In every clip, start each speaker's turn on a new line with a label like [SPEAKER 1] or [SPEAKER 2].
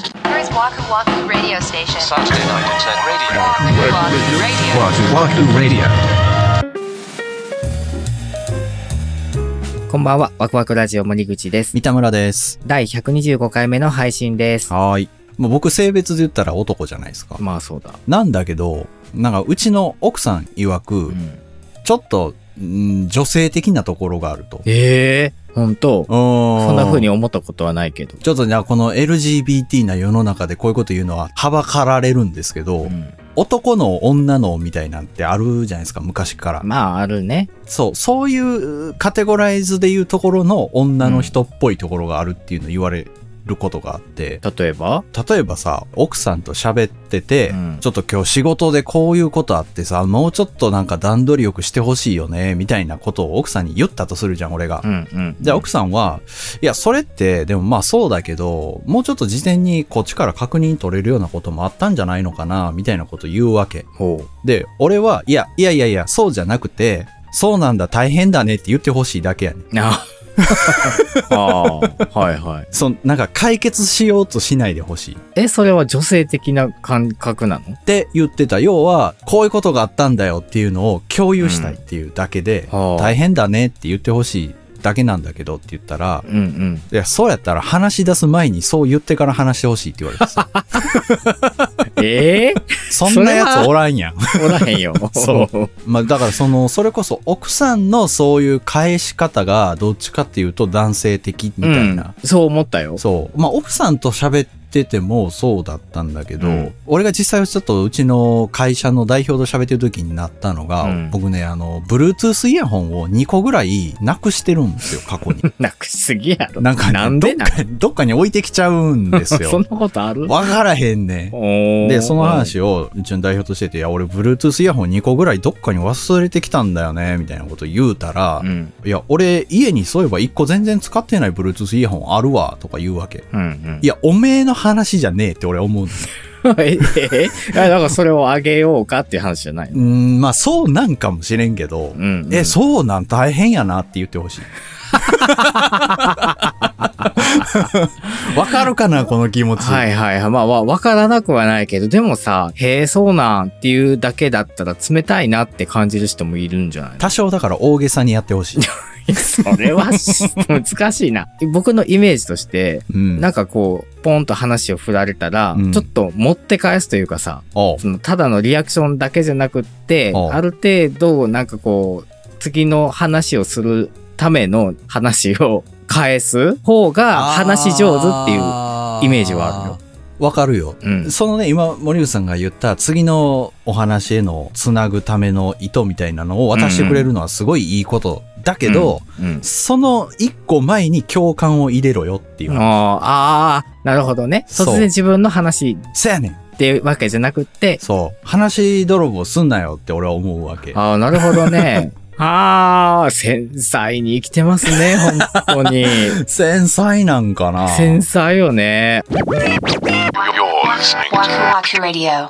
[SPEAKER 1] Waku Waku Radio Station.
[SPEAKER 2] Saturday night at 10 radio.
[SPEAKER 1] Waku Waku
[SPEAKER 3] Wahoo Wahoo
[SPEAKER 1] Radio.
[SPEAKER 3] Radio.
[SPEAKER 4] こんばんは、ワクワクラジオ森口です。
[SPEAKER 5] 三田村です。
[SPEAKER 4] 第125回目の配信です。
[SPEAKER 5] はーい。もう僕性別で言ったら男じゃないですか。
[SPEAKER 4] まあそうだ。
[SPEAKER 5] なんだけど、なんかうちの奥さん曰く、
[SPEAKER 4] うん、
[SPEAKER 5] ちょっと、うん女性的なところがあると。
[SPEAKER 4] ええ本当そ
[SPEAKER 5] そ
[SPEAKER 4] んな風に。思ったことはないけど。
[SPEAKER 5] ちょっとじゃあこの LGBT な世の中でこういうこと言うのははばかられるんですけど、
[SPEAKER 4] うん
[SPEAKER 5] 男の女のみたいなんてあるじゃないですか、昔から。
[SPEAKER 4] まああるね。
[SPEAKER 5] そう、そういうカテゴライズでいうところの女の人っぽいところがあるっていうの言われることがあって、
[SPEAKER 4] 例えば
[SPEAKER 5] 例えばさ奥さんと喋ってて、
[SPEAKER 4] うん
[SPEAKER 5] ちょっと今日仕事でこういうことあってさもうちょっとなんか段取りよくしてほしいよねみたいなことを奥さんに言ったとするじゃん俺が、
[SPEAKER 4] うんうん。
[SPEAKER 5] じゃあ奥さんはいやそれってでもまあそうだけどもうちょっと事前にこっちから確認取れるようなこともあったんじゃないのかなみたいなこと言うわけ
[SPEAKER 4] ほ
[SPEAKER 5] で俺はいやいやいやいやそうじゃなくてそうなんだ大変だねって言ってほしいだけやねん
[SPEAKER 4] う。 ああー、はいはい。
[SPEAKER 5] そんなんか解決しようとしないでほしい
[SPEAKER 4] え、それは女性的な感覚なの
[SPEAKER 5] って言ってた。要は、こういうことがあったんだよっていうのを共有したいっていうだけで、
[SPEAKER 4] うんはあ
[SPEAKER 5] 大変だねって言ってほしいだけなんだけどって言ったら、
[SPEAKER 4] うんうん。
[SPEAKER 5] いや、そうやったら話し出す前にそう言ってから話してほしいって言わ れます。
[SPEAKER 4] ええ
[SPEAKER 5] そんなやつおらんやん。
[SPEAKER 4] おらへんよ。。
[SPEAKER 5] そう まあ、だからその、それこそ奥さんのそういう返し方がどっちかっていうと男性的みたいな。
[SPEAKER 4] うん。そう思ったよ。
[SPEAKER 5] そう。まあ、奥さんと喋っててもそうだったんだけど、
[SPEAKER 4] うん
[SPEAKER 5] 俺が実際ちょっとうちの会社の代表と喋ってる時になったのが、
[SPEAKER 4] うん
[SPEAKER 5] 僕ね、あの、Bluetooth イヤホンを2個ぐらいなくしてるんですよ、過 去に。
[SPEAKER 4] なくしすぎやろ。
[SPEAKER 5] なんかね、
[SPEAKER 4] なんでな
[SPEAKER 5] どっかどっかに置いてきちゃうんです
[SPEAKER 4] そん
[SPEAKER 5] よ
[SPEAKER 4] な。ことある
[SPEAKER 5] わからへんね。で、
[SPEAKER 4] で
[SPEAKER 5] その話をうちの代表としてて、いや、俺、Bluetooth イヤホン2個ぐらいどっかに忘れてきたんだよね、みたいなこと言うたら
[SPEAKER 4] う、ん
[SPEAKER 5] いや、俺、家にそういえば1個全然使ってない Bluetooth イヤホンあるわ、とか言うわけ。
[SPEAKER 4] うんうん
[SPEAKER 5] い。や、おめえの話じゃねえって俺思うんですよ。
[SPEAKER 4] えええだからそれをあげようかっていう話じゃないうの。
[SPEAKER 5] ん、まあそうなんかもしれんけど、
[SPEAKER 4] うん、
[SPEAKER 5] え、そうなん大変やなって言ってほしい。わかるかなこの気持ち。
[SPEAKER 4] はいはいはい。まあ、わわからなくはないけど、でもさ、へえ、そうなんっていうだけだったら冷たいなって感じる人もいるんじゃないの
[SPEAKER 5] 多少だから大げさにやってほしい。
[SPEAKER 4] それはし難しい な。僕のイメージとして、
[SPEAKER 5] うん。
[SPEAKER 4] なんかこう、ポンと話を振られたら、
[SPEAKER 5] うん
[SPEAKER 4] ちょっと持って返すというかさ、
[SPEAKER 5] おう
[SPEAKER 4] そのただのリアクションだけじゃなくって、
[SPEAKER 5] お
[SPEAKER 4] ある程度、なんかこう、次の話をするための話を返す方が話し上手っていう。イメージはあるよ。
[SPEAKER 5] わかるよ。
[SPEAKER 4] うん
[SPEAKER 5] そのね、今、森口さんが言った次のお話へのつなぐための意図みたいなのを渡してくれるのはすごいいいことだけど、
[SPEAKER 4] うん
[SPEAKER 5] その一個前に共感を入れろよっていう。
[SPEAKER 4] あーあー、なるほどね。
[SPEAKER 5] そ
[SPEAKER 4] 突
[SPEAKER 5] う
[SPEAKER 4] 然自分の話
[SPEAKER 5] せやねん。
[SPEAKER 4] っていうわけじゃなくって、
[SPEAKER 5] そう。話泥棒すんなよって俺は思うわけ。
[SPEAKER 4] ああ、なるほど ね。ああ、繊細に生きてますね、本当 に。
[SPEAKER 5] 繊細なんかな
[SPEAKER 4] 繊細よね。
[SPEAKER 1] Waku Waku Radio.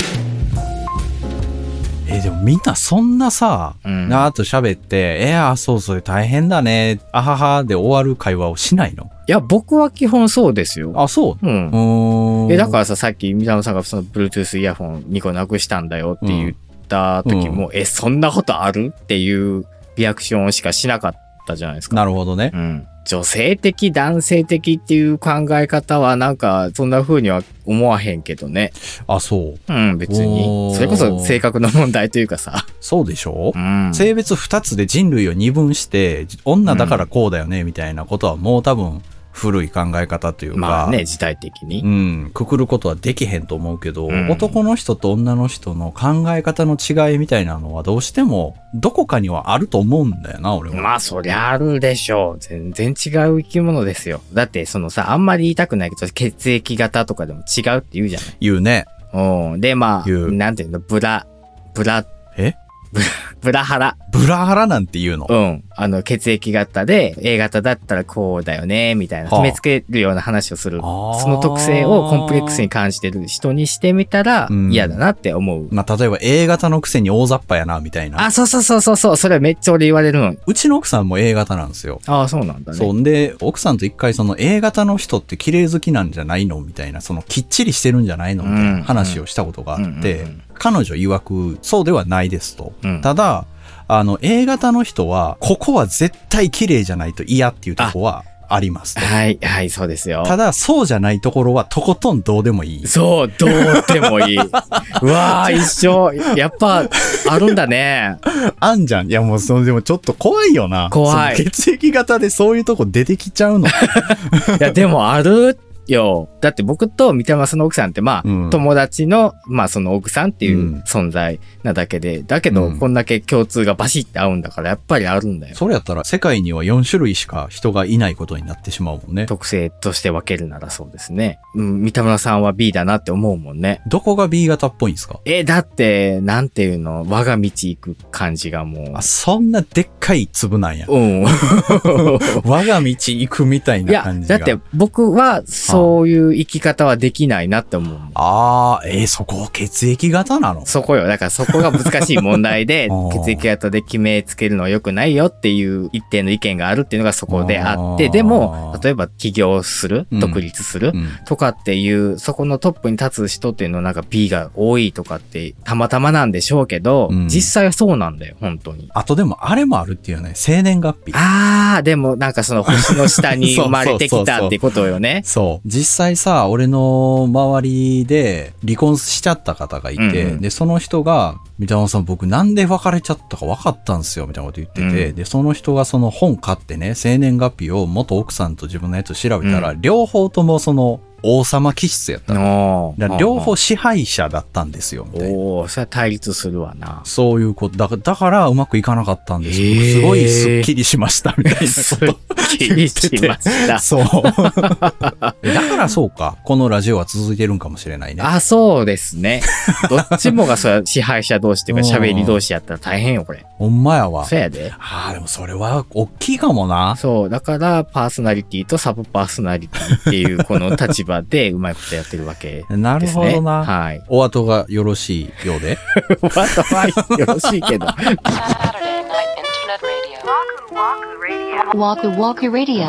[SPEAKER 5] え、でもみんなそんなさ、
[SPEAKER 4] うん
[SPEAKER 5] なあと喋って、えあ、そうそう、大変だね、あははで終わる会話をしないの
[SPEAKER 4] いや、僕は基本そうですよ。。
[SPEAKER 5] あ、そうううんーん。、
[SPEAKER 4] え、だかららさ、さっき、三田野さんがその Bluetooth イヤホン2個なくしたんだよって言った時も、え、そんなことあるっていうリアクションしかしなかったじゃないですか。
[SPEAKER 5] なるほどね。
[SPEAKER 4] うん、女性的男性的っていう考え方はなんかそんな風には思わへんけどね
[SPEAKER 5] あ、そ
[SPEAKER 4] う
[SPEAKER 5] う。
[SPEAKER 4] ん別
[SPEAKER 5] お
[SPEAKER 4] に
[SPEAKER 5] ー
[SPEAKER 4] それこそ性格の問題というかさ、
[SPEAKER 5] そうでしょ、
[SPEAKER 4] うん、
[SPEAKER 5] 性別二つで人類を二分して、女だからこうだよね、みたいなことはもう多分古い考え方というか、
[SPEAKER 4] まあね時代的
[SPEAKER 5] う
[SPEAKER 4] に、
[SPEAKER 5] ん、くくることはできへんと思うけど、
[SPEAKER 4] うん
[SPEAKER 5] 男の人と女の人の考え方の違いみたいなのはどうしてもどこかにはあると思うんだよな、俺は。
[SPEAKER 4] まあそりゃあるでしょう全然違う生き物ですよだってそのさあんまり言いたくないけど血液型とかでも違うって言うじゃ
[SPEAKER 5] 言うね。
[SPEAKER 4] ない、うん、でまあ
[SPEAKER 5] 言う
[SPEAKER 4] なんていうのブラブラ
[SPEAKER 5] え
[SPEAKER 4] ブラハラ
[SPEAKER 5] ブラハラなんて言うの。
[SPEAKER 4] うん。あの、血液型で A 型だったらこうだよね、みたいな。
[SPEAKER 5] はあ
[SPEAKER 4] 決めつけるような話をする。
[SPEAKER 5] あー
[SPEAKER 4] その特性をコンプレックスに感じてる人にしてみたら
[SPEAKER 5] うん
[SPEAKER 4] 嫌だなって思う。
[SPEAKER 5] まあ、例えば A 型のくせに大雑把やな、みたいな。
[SPEAKER 4] あ、そうそうそうそうそう。それめっちゃ俺言われるのに。
[SPEAKER 5] うちの奥さんも A 型なんですよ。
[SPEAKER 4] ああ、そうなんだね。
[SPEAKER 5] そう。んで、奥さんと一回その A 型の人って綺麗好きなんじゃないのみたいな、そのきっちりしてるんじゃないのみたいな話をしたことがあっ
[SPEAKER 4] うんうん
[SPEAKER 5] て
[SPEAKER 4] うんうん、
[SPEAKER 5] 彼女曰く、そうではないですと。
[SPEAKER 4] うん
[SPEAKER 5] ただ、あの、A 型の人は、ここは絶対綺麗じゃないと嫌っていうとこはありますと。
[SPEAKER 4] はい、はい、そうですよ。
[SPEAKER 5] ただ、そうじゃないところはとことんどうでもい い。
[SPEAKER 4] そう、どうでも いい。うわあ、一緒。やっぱ、あるんだね。
[SPEAKER 5] あんじゃん。いやもう、その、でもちょっと怖いよな。
[SPEAKER 4] 怖い
[SPEAKER 5] その血液型でそういうとこ出てきちゃうの。
[SPEAKER 4] いや、でもあるよ。だって僕と三田マスの奥さんって、まあ、
[SPEAKER 5] うん
[SPEAKER 4] 友達の、まあ、その奥さんってい
[SPEAKER 5] うん
[SPEAKER 4] う存在なだけで、だけど、
[SPEAKER 5] うん
[SPEAKER 4] こんだけ共通がバシッて合うんだから、やっぱりあるんだよ。
[SPEAKER 5] それやったら、世界には4種類しか人がいないことになってしまうもんね。
[SPEAKER 4] 特性として分けるならそうですね。うん、三田村さんは B だなって思うもんね。
[SPEAKER 5] どこが B 型っぽいんですか
[SPEAKER 4] え、だって、なんていうの、我が道行く感じがもう
[SPEAKER 5] あ、。そんなでっかい粒なんや。
[SPEAKER 4] うん。
[SPEAKER 5] 我が道行くみたい
[SPEAKER 4] い
[SPEAKER 5] な
[SPEAKER 4] や
[SPEAKER 5] 感、じ
[SPEAKER 4] だ
[SPEAKER 5] が。
[SPEAKER 4] って僕はそういう生き方はできないなって思うもん。
[SPEAKER 5] ああ、えー、そこ血液型なの
[SPEAKER 4] そこよ。だからそこが難しい問題で
[SPEAKER 5] あー、
[SPEAKER 4] 血液型で決めつけるのは良くないよっていう一定の意見があるっていうのがそこであって、
[SPEAKER 5] あー
[SPEAKER 4] でも、例えば起業する
[SPEAKER 5] うん、
[SPEAKER 4] 独立する
[SPEAKER 5] う、ん。
[SPEAKER 4] とかっていう、そこのトップに立つ人っていうのはなんか B が多いとかってたまたまなんでしょうけど、
[SPEAKER 5] うん
[SPEAKER 4] 実際はそうなんだよ、本当に。
[SPEAKER 5] あとでも、あれもあるっていうね、生年月日。。
[SPEAKER 4] あー、でもなんかその星の下に生まれてきたってことよね
[SPEAKER 5] そう。実際さ、俺の周りで離婚しちゃった方がいて、
[SPEAKER 4] うんうん
[SPEAKER 5] で、その人が、三田さん僕なんで別れちゃったか分かったんですよ、みたいなこと言ってて、
[SPEAKER 4] うん
[SPEAKER 5] で、その人がその本買ってね、生年月日を元奥さんと自分のやつ調べたら、
[SPEAKER 4] う
[SPEAKER 5] 両方ともその王様気質やったの。
[SPEAKER 4] お
[SPEAKER 5] だ
[SPEAKER 4] ー
[SPEAKER 5] から両方支配者だったんですよ、みたいな。
[SPEAKER 4] おおそれは対立するわな。
[SPEAKER 5] そういうこと。だから、だからうまくいかなかったんで
[SPEAKER 4] へ
[SPEAKER 5] す。
[SPEAKER 4] ー
[SPEAKER 5] すごいスッキリしました、みたいな
[SPEAKER 4] すっ
[SPEAKER 5] こと。
[SPEAKER 4] きりしました。
[SPEAKER 5] そう。 だからそうか。このラジオは続いてるんかもしれないね。
[SPEAKER 4] あ、そうです ね。どっちもがそれ支配者同士っていうか
[SPEAKER 5] うん
[SPEAKER 4] 喋り同士やったら大変よ、これ。
[SPEAKER 5] ほんまやわ
[SPEAKER 4] そ。やで。
[SPEAKER 5] ああ、でもそれは大きいかもな。
[SPEAKER 4] そう。だから、パーソナリティとサブパーソナリティっていう、この立場でうまいことやってるわけですね。
[SPEAKER 5] なるほどな。
[SPEAKER 4] はい。
[SPEAKER 5] お後がよろしいようで。
[SPEAKER 4] またはい、よろしいけ ど。
[SPEAKER 2] Saturday Night Internet Radio.
[SPEAKER 1] Waku Waku Radio.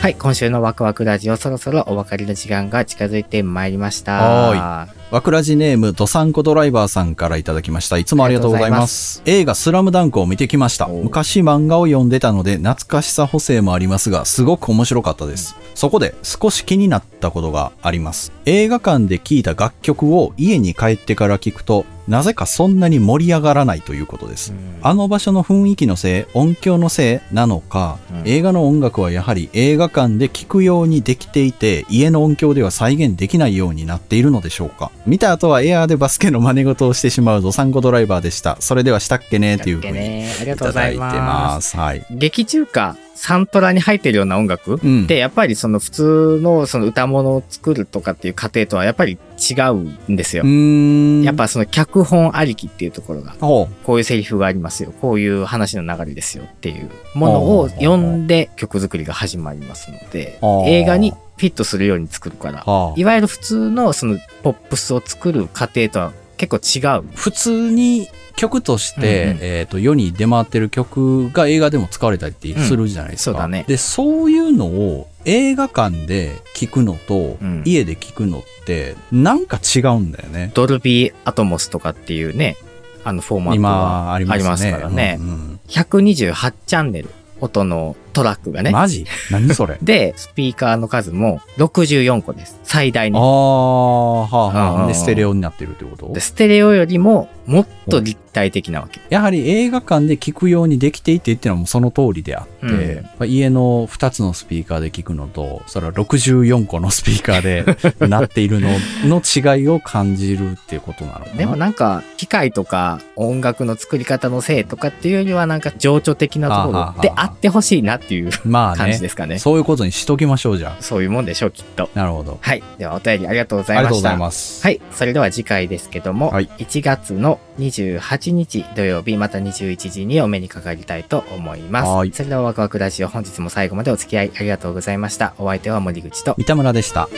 [SPEAKER 4] はい、今週のワクワクラジオ、そろそろお別れの時間が近づいてまいりました。
[SPEAKER 5] はわくらじネーム、ドサンコドライバーさんからいただきました。いつもありがとうございます。映画、スラムダンクを見てきました。
[SPEAKER 4] おう
[SPEAKER 5] 昔漫画を読んでたので、懐かしさ補正もありますが、すごく面白かったです。そこで、少し気になったことがあります。映画館で聴いた楽曲を家に帰ってから聞くと、なぜかそんなに盛り上がらないということです。あの場所の雰囲気のせい、音響のせいなのか、
[SPEAKER 4] うん
[SPEAKER 5] 映画の音楽はやはり映画館で聴くようにできていて、家の音響では再現できないようになっているのでしょうか。見た後はエアーでバスケの真似事をしてしまうドサンコドライバーでした。それではしたっけねというふうにい
[SPEAKER 4] ね、ありがとうご
[SPEAKER 5] た
[SPEAKER 4] ざ
[SPEAKER 5] だい
[SPEAKER 4] い
[SPEAKER 5] て
[SPEAKER 4] ます
[SPEAKER 5] ま。す。はい。
[SPEAKER 4] 劇中歌サントラに入ってるような音楽、
[SPEAKER 5] うん
[SPEAKER 4] でやっぱりその普通のその歌物を作るとかっていう過程とはやっぱり違うんですよ
[SPEAKER 5] う。ーん。
[SPEAKER 4] やっ、ぱその脚本ありきっていうところが
[SPEAKER 5] ほ
[SPEAKER 4] こういうセリフがありますよこういう話の流れですよっていうもの
[SPEAKER 5] あ
[SPEAKER 4] を
[SPEAKER 5] ー
[SPEAKER 4] 読んで曲作りが始まりますので
[SPEAKER 5] あー
[SPEAKER 4] 映画にフィットするように作るから
[SPEAKER 5] う。はい
[SPEAKER 4] わゆる普通のそのポップスを作る過程とは結構違う
[SPEAKER 5] あ、普通に曲として、
[SPEAKER 4] うんうん
[SPEAKER 5] えっ、と、世に出回ってる曲が映画でも使われたりってするじゃないですか。
[SPEAKER 4] うんそうだね
[SPEAKER 5] で、そういうのを映画館で聞くのと、
[SPEAKER 4] うん
[SPEAKER 5] 家で聞くのって、なんか違うんだよね。
[SPEAKER 4] ドルビーアトモスとかっていうねあのフォーマット
[SPEAKER 5] 今
[SPEAKER 4] が
[SPEAKER 5] あ
[SPEAKER 4] あ
[SPEAKER 5] り
[SPEAKER 4] り
[SPEAKER 5] ますね。
[SPEAKER 4] ますからね
[SPEAKER 5] うんうん
[SPEAKER 4] 128チャンネル、音のトラックがね。
[SPEAKER 5] マジ何 それ
[SPEAKER 4] で、スピーカーの数も64個です。最大
[SPEAKER 5] あ
[SPEAKER 4] に。
[SPEAKER 5] あ、はあ、はあ。
[SPEAKER 4] うんうんう
[SPEAKER 5] で、
[SPEAKER 4] ん
[SPEAKER 5] ステレオになってるってこと
[SPEAKER 4] でステレオよりももっと立体的なわけ。
[SPEAKER 5] やはり映画館で聞くようにできていてっていうのはもうその通りであって、
[SPEAKER 4] うん
[SPEAKER 5] まあ家の2つのスピーカーで聞くのと、それは64個のスピーカーでなっているのの違いを感じるっていうことなのかな。
[SPEAKER 4] でもなんか、機械とか音楽の作り方のせいとかっていうよりはなんか情緒的なとこ
[SPEAKER 5] あは
[SPEAKER 4] ろ
[SPEAKER 5] は
[SPEAKER 4] であってほしいなっっていう
[SPEAKER 5] まあね。
[SPEAKER 4] 感じですかね。
[SPEAKER 5] そういうことにしときましょう、じゃ
[SPEAKER 4] そういうもんでしょう、きっと。
[SPEAKER 5] あ。なるほど。
[SPEAKER 4] はい。ではお便りありがとうご
[SPEAKER 5] あ
[SPEAKER 4] ざ
[SPEAKER 5] り
[SPEAKER 4] い
[SPEAKER 5] が
[SPEAKER 4] ま
[SPEAKER 5] とう
[SPEAKER 4] し
[SPEAKER 5] ござ
[SPEAKER 4] た
[SPEAKER 5] い。ます。
[SPEAKER 4] はい。それでは次回ですけども、
[SPEAKER 5] はい
[SPEAKER 4] 1月の28日土曜日、また21時にお目にかかりたいと思います。
[SPEAKER 5] はい
[SPEAKER 4] それではワクワクラジオ、本日も最後までお付き合いありがとうございました。お相手は森口と、
[SPEAKER 5] 三田村でした。